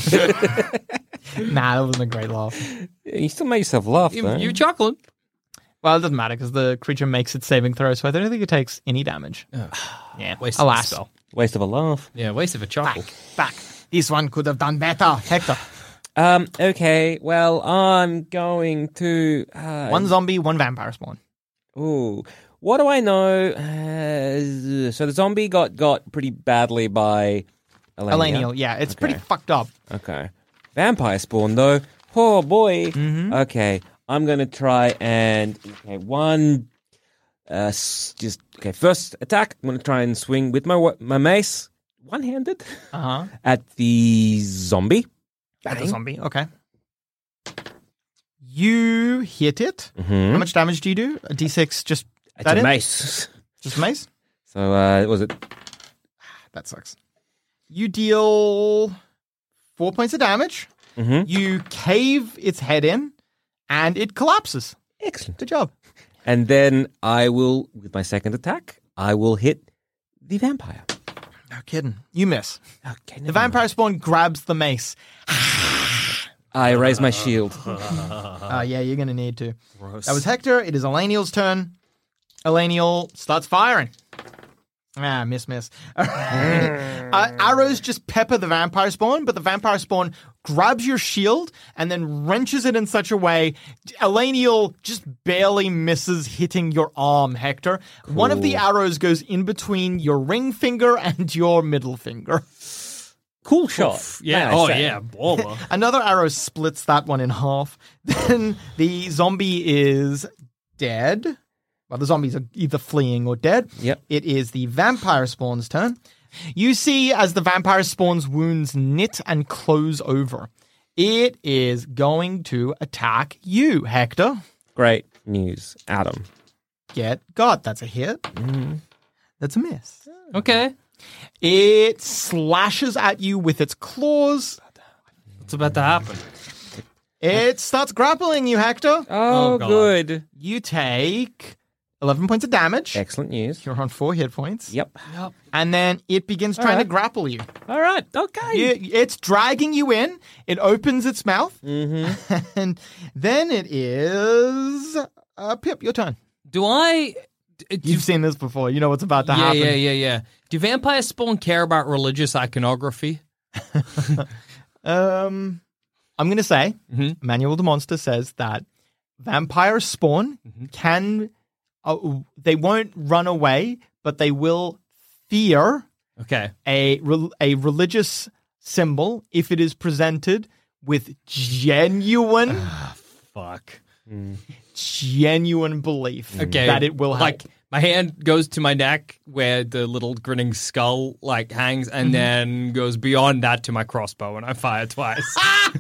nah, that wasn't a great laugh. you still made yourself laugh, You, though. you're chuckling. Well, it doesn't matter because the creature makes its saving throw, so I don't think it takes any damage. yeah, Waste of the alas. spell. Waste of a laugh. Yeah, waste of a Oh. chuckle. Back, back. This one could have done better, Hector. Um, okay, well, I'm going to. Uh, One zombie, one vampire spawn. Ooh, what do I know? Uh, so the zombie got got pretty badly by Elenia. Elenial, yeah, it's pretty fucked up. Okay, vampire spawn though. Oh boy. Mm-hmm. Okay, I'm gonna try and okay one. Uh, s- just okay. First attack. I'm gonna try and swing with my wa- my mace, one handed, Uh huh. at the zombie. At the Bang. zombie, okay. You hit it. Mhm. How much damage do you do? A d6, just It's that a it? mace. Just mace? So uh, was it? That sucks. You deal four points of damage. Mm-hmm. You cave its head in, and it collapses. Excellent. Good job. And then I will, with my second attack, I will hit the vampire. No kidding. You miss. Okay. The vampire spawn grabs the mace. I raise my shield. Oh, yeah, you're going to need to. That was Hector. It is Elenial's turn. Elenial starts firing. Ah, miss, miss. uh, arrows just pepper the vampire spawn, but the vampire spawn grabs your shield and then wrenches it in such a way. Elenial just barely misses hitting your arm, Hector. One of the arrows goes in between your ring finger and your middle finger. Cool shot. Yeah. may I Oh say. yeah, baller. Another arrow splits that one in half. Then the zombie is dead. Well, the zombies are either fleeing or dead. Yep. It is the vampire spawn's turn. You see, as the vampire spawn's wounds knit and close over, it is going to attack you, Hector. Great news, Adam. Get God. That's a hit. That's a miss. Okay. It slashes at you with its claws. What's about to happen? It starts grappling you, Hector. Oh, God. good. You take 11 points of damage. Excellent news. You're on four hit points. Yep. And then it begins trying to right. grapple you. All right. Okay. You- It's dragging you in. It opens its mouth. Mm-hmm. And then it is. Uh, Pip, your turn. Do I? d- Do, You've seen this before. You know what's about to yeah, happen. yeah, yeah, yeah. Do vampire spawn care about religious iconography? Um, I'm going to say Mm-hmm. Manual of the Monster says that vampire spawn Mm-hmm. can. Uh, they won't run away, but they will fear Okay. a rel- a religious symbol if it is presented with genuine Fuck. genuine belief Okay. that it will help. Like my hand goes to my neck where the little grinning skull like hangs, Mm-hmm. and then goes beyond that to my crossbow, and I fire twice. Ah!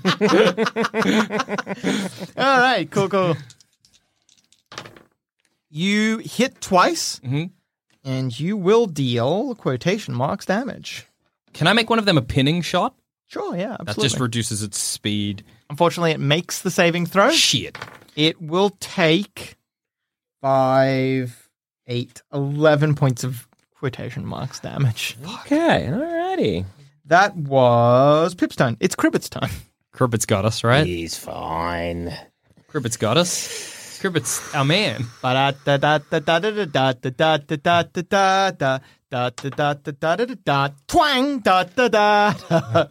All right, cool, cool. You hit twice, Mhm. and you will deal quotation marks damage. Can I make one of them a pinning shot? Sure, yeah, That absolutely. just reduces its speed. Unfortunately, it makes the saving Oh. throw. Shit. It will take five, eight, eleven points of quotation marks damage. okay. All righty. That was Pip's turn. It's Cribbit's turn. Cribbit's got us, right? He's fine. Cribbit's got us. Cribbit's our man. Twang! Da, da, da, da.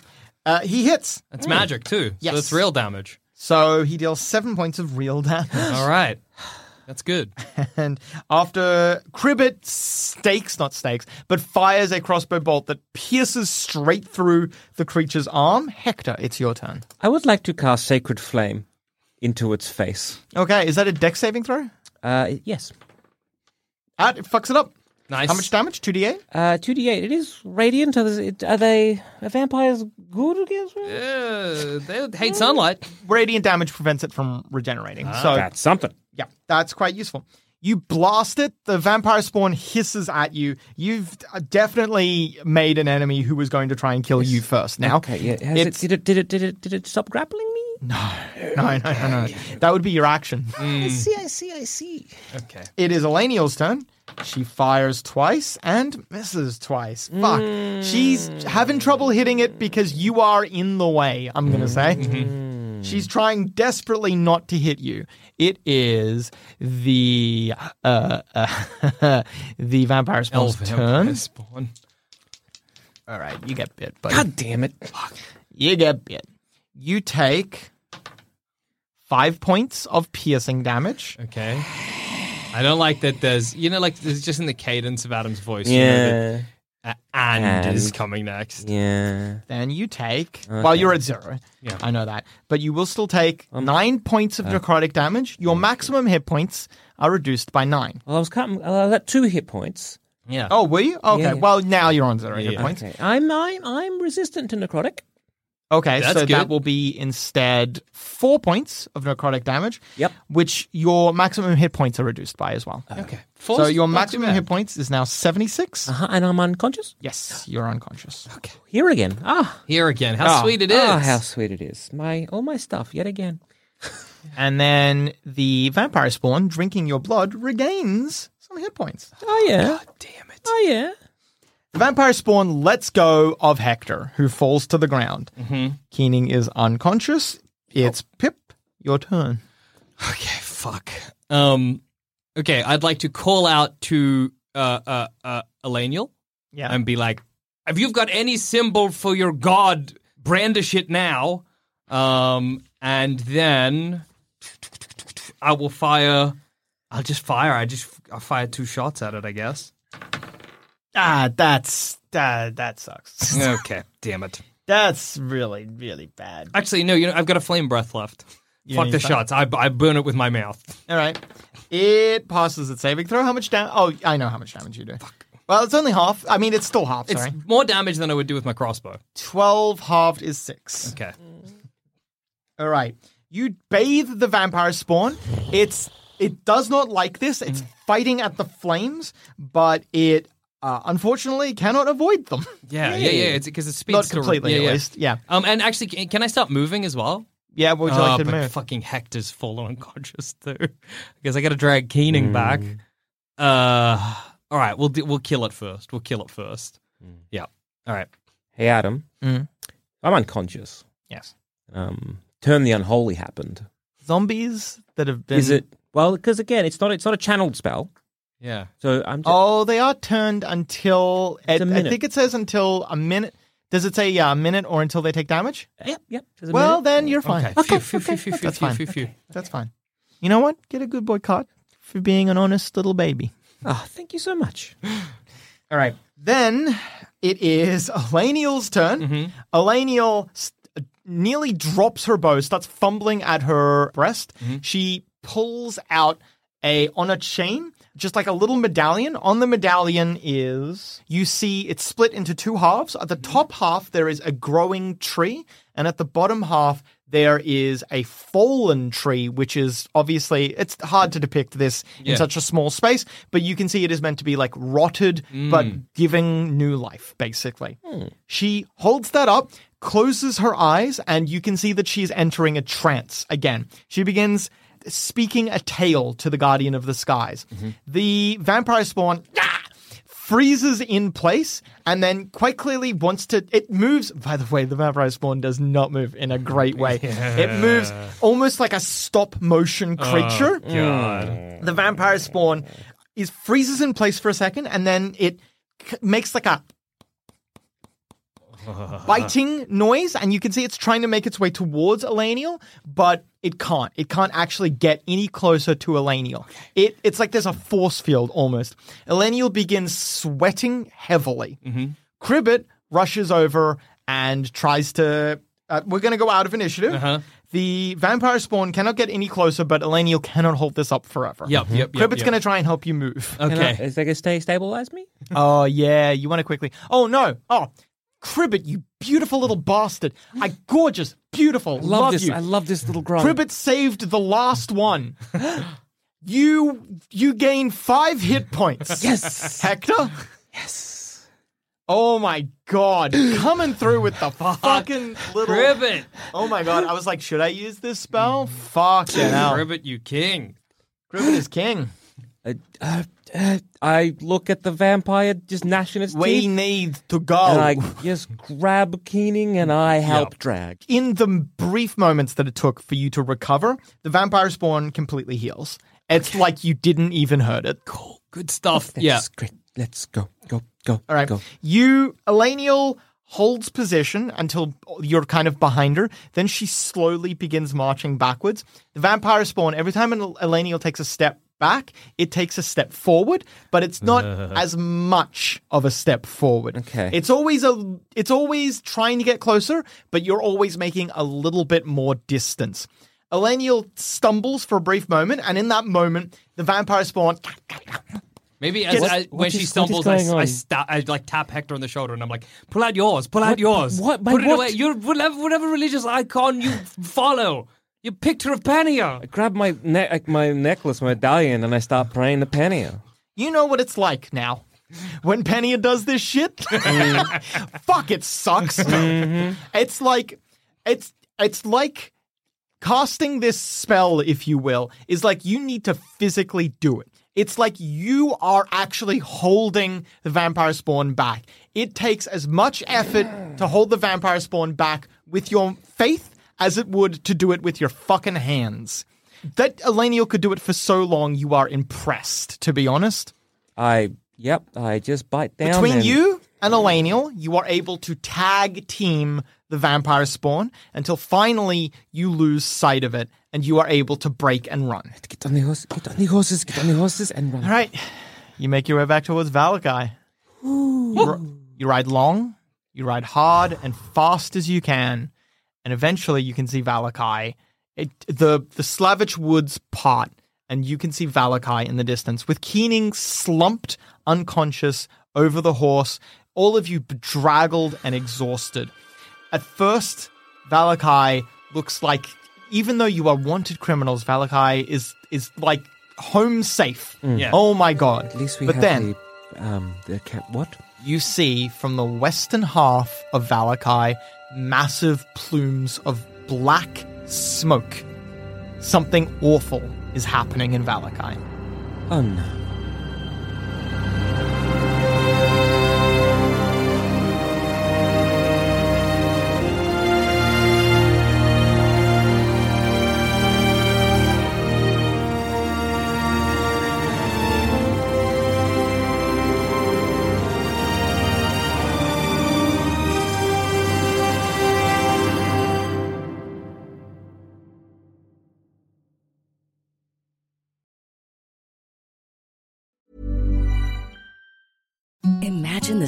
Uh, he hits. That's Mm. magic too. Yes. So it's real damage. So he deals seven points of real damage. All right. That's good. And after Cribbit stakes, not stakes, but fires a crossbow bolt that pierces straight through the creature's arm, Hector, it's your turn. I would like to cast Sacred Flame into its face. Okay, is that a deck saving throw? Uh, yes. Ah, it fucks it up. Nice. How much damage? 2d8? Uh, 2d8. It is radiant. Are they, are they are vampires good against me? Uh, they hate sunlight. Radiant damage prevents it from regenerating. so That's something. Yeah, that's quite useful. You blast it, the vampire spawn hisses at you. You've uh, definitely made an enemy who was going to try and kill you first now. Okay, yeah. Has it, It's- did it did it did it did it stop grappling me? No, no, no, no. That would be your action. I see, I see, I see. Okay. It is Elenial's turn. She fires twice and misses twice. Fuck. She's having trouble hitting it because you are in the way, I'm going to say. She's trying desperately not to hit you. It is the uh, uh the vampire spawn's turn. Spawn. All right, you get bit, buddy. God damn it. You get bit. You take five points of piercing damage. Okay. I don't like that there's, you know, like, there's just in the cadence of Adam's voice. You know, Yeah. that, uh, and, is And. coming next. Yeah. Then you take. Well, you're at zero. Yeah. I know that. But you will still take Um, nine points of uh, necrotic damage. Your maximum hit points are reduced by nine. Well, I was cutting, well, I got two hit points. Yeah. Oh, were you? Okay. Uh, Yeah. Well, now you're on zero hit Yeah. points. Okay. I'm, I'm, I'm resistant to necrotic. Okay, That's so that good. will be instead four points of necrotic damage. Yep. Which your maximum hit points are reduced by as well. Okay. so your maximum hit points is now 76. Uh-huh, and I'm unconscious. Yes, you're unconscious. Okay. Here again. Ah, Here again. How ah, sweet it is. Ah, how sweet it is. My all my stuff yet again. And then the vampire spawn drinking your blood regains some hit points. Oh yeah. God damn it. Oh yeah. The vampire spawn lets go of Hector, who falls to the ground. Keening is unconscious. It's Pip, your turn. Okay, fuck. Um, okay, I'd like to call out to uh, uh, uh, Elenial Yeah. and be like, if you've got any symbol for your god, brandish it now. Um, and then I will fire. I'll just fire. I just I'll fire two shots at it, I guess. ah, that's ah, that sucks. okay, damn it. that's really, really bad. Actually, no, you know, I've got a flame breath left. Fuck need the that? shots. I, I burn it with my mouth. All right. It passes its saving throw. How much damage? Oh, I know how much damage you do. Well, it's only half. I mean, it's still half. Sorry. It's more damage than I would do with my crossbow. 12 halved is 6. Okay. All right. You bathe the vampire spawn. It's it does not like this. It's fighting at the flames, but it uh, unfortunately cannot avoid them. Yeah, yeah, yeah. It's because it speeds not to- completely, yeah, at yeah. least. Yeah. Um, and actually, can, can I start moving as well? Yeah. What would you Oh, like to but move? fucking Hector's fallen unconscious too. Because I got to drag Mm. Keening back. Uh, all right, we'll do, we'll kill it first. We'll kill it first. Yeah. All right. Hey Adam. Mm. I'm unconscious. yes. Um, turn the unholy happened. Zombies that have been. Is it well? Because again, it's not. It's not a channeled spell. Yeah. So I'm. Just, Oh, they are turned until. I- It's a I minute. think it says until a minute. Does it say yeah, a minute or until they take damage? Yep. Yep. There's a Well, minute. then you're fine. Okay. Phew, phew, phew, phew, That's phew, fine. phew, phew. That's fine. You know what? Get a good boy card for being an honest little baby. Oh, thank you so much. All right. Then it is Elanial's turn. Elanial st- nearly drops her bow, starts fumbling at her breast. She pulls out a on a chain, just like a little medallion. On the medallion is you see it's split into two halves. At the top half there is a growing tree, and at the bottom half there is a fallen tree, which is obviously it's hard to depict this Yeah. in such a small space, but you can see it is meant to be like rotted, but giving new life, basically. She holds that up, closes her eyes, and you can see that she's entering a trance again. She begins speaking a tale to the guardian of the skies. The vampire spawn ah, freezes in place and then quite clearly wants to it moves by the way the vampire spawn does not move in a great way it moves almost like a stop motion creature the vampire spawn is freezes in place for a second and then it c- makes like a biting noise and you can see it's trying to make its way towards Elanial, but it can't. It can't actually get any closer to Elanial. It it's like there's a force field almost. Elanial begins sweating heavily. Mm-hmm. Cribbit rushes over and tries to uh, we're going to go out of initiative. Uh-huh. The vampire spawn cannot get any closer, but Elanial cannot hold this up forever. Yep, yep, yep, Cribbit's yep. going to try and help you move. Can I- Okay. Is that gonna stay stabilize me? Oh yeah, you want to quickly? Oh no! Oh, Cribbit, you beautiful little bastard! I gorgeous, beautiful, love, love, this. you. I love this little grunt. Cribbit saved the last one. you you gain five hit points. Yes. Hector. Yes. Oh my god, coming through with the fucking little. Ribbit. Oh my god, I was like, should I use this spell? Fuck it out. Ribbit, you king. Cribbit is king. Uh, uh, uh, I look at the vampire just gnashing his We teeth, need to go. and I just grab Keening and I help drag. in the brief moments that it took for you to recover, the vampire spawn completely heals. It's like you didn't even hurt it. Cool. Good stuff. That's yeah. great. Let's go, go, go. All right. go. You, Elenial, holds position until you're kind of behind her. Then she slowly begins marching backwards. The vampire spawn, every time an Elenial takes a step back, it takes a step forward, but it's not as much of a step forward. Okay. It's always a it's always trying to get closer, but you're always making a little bit more distance. Elenial stumbles for a brief moment, and in that moment, the vampire spawn Maybe as What- I, what when is- she what is stumbles, I, going I, on? sta- I like tap Hector on the shoulder and I'm like, pull out yours, pull out What- yours. what- by Put it what? away. Your, whatever, whatever religious icon you follow, your picture of Pania. I grab my ne- uh, my necklace, my medallion, and I start praying to Pania. You know what it's like now. When Penia does this shit, fuck, it sucks. It's like, it's it's like casting this spell, if you will, is like you need to physically do it. It's like you are actually holding the vampire spawn back. It takes as much effort to hold the vampire spawn back with your faith as it would to do it with your fucking hands. That Elenial could do it for so long, you are impressed, to be honest. I yep, I just bite down. Between and- you and Elenial, you are able to tag team the vampire spawn until finally you lose sight of it and you are able to break and run. get on the horse, get on the horses, get on the horses, and run. All right, you make your way back towards Valakai. You, r- you ride long, you ride hard and fast as you can, and eventually you can see Valakai. It, the the Slavich woods part, and you can see Valakai in the distance with Keening slumped unconscious over the horse. All of you bedraggled and exhausted. At first, Valakai looks like, even though you are wanted criminals, Valakai is is like home safe. Yeah. Oh my god! At least we but have then the um the cat. What? you see from the western half of Valakai massive plumes of black smoke. Something awful is happening in Valakai. Oh no. Imagine the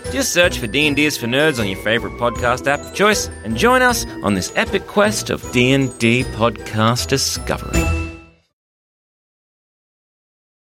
Just search for D&D is for Nerds on your favorite podcast app of choice and join us on this epic quest of D&D podcast discovery.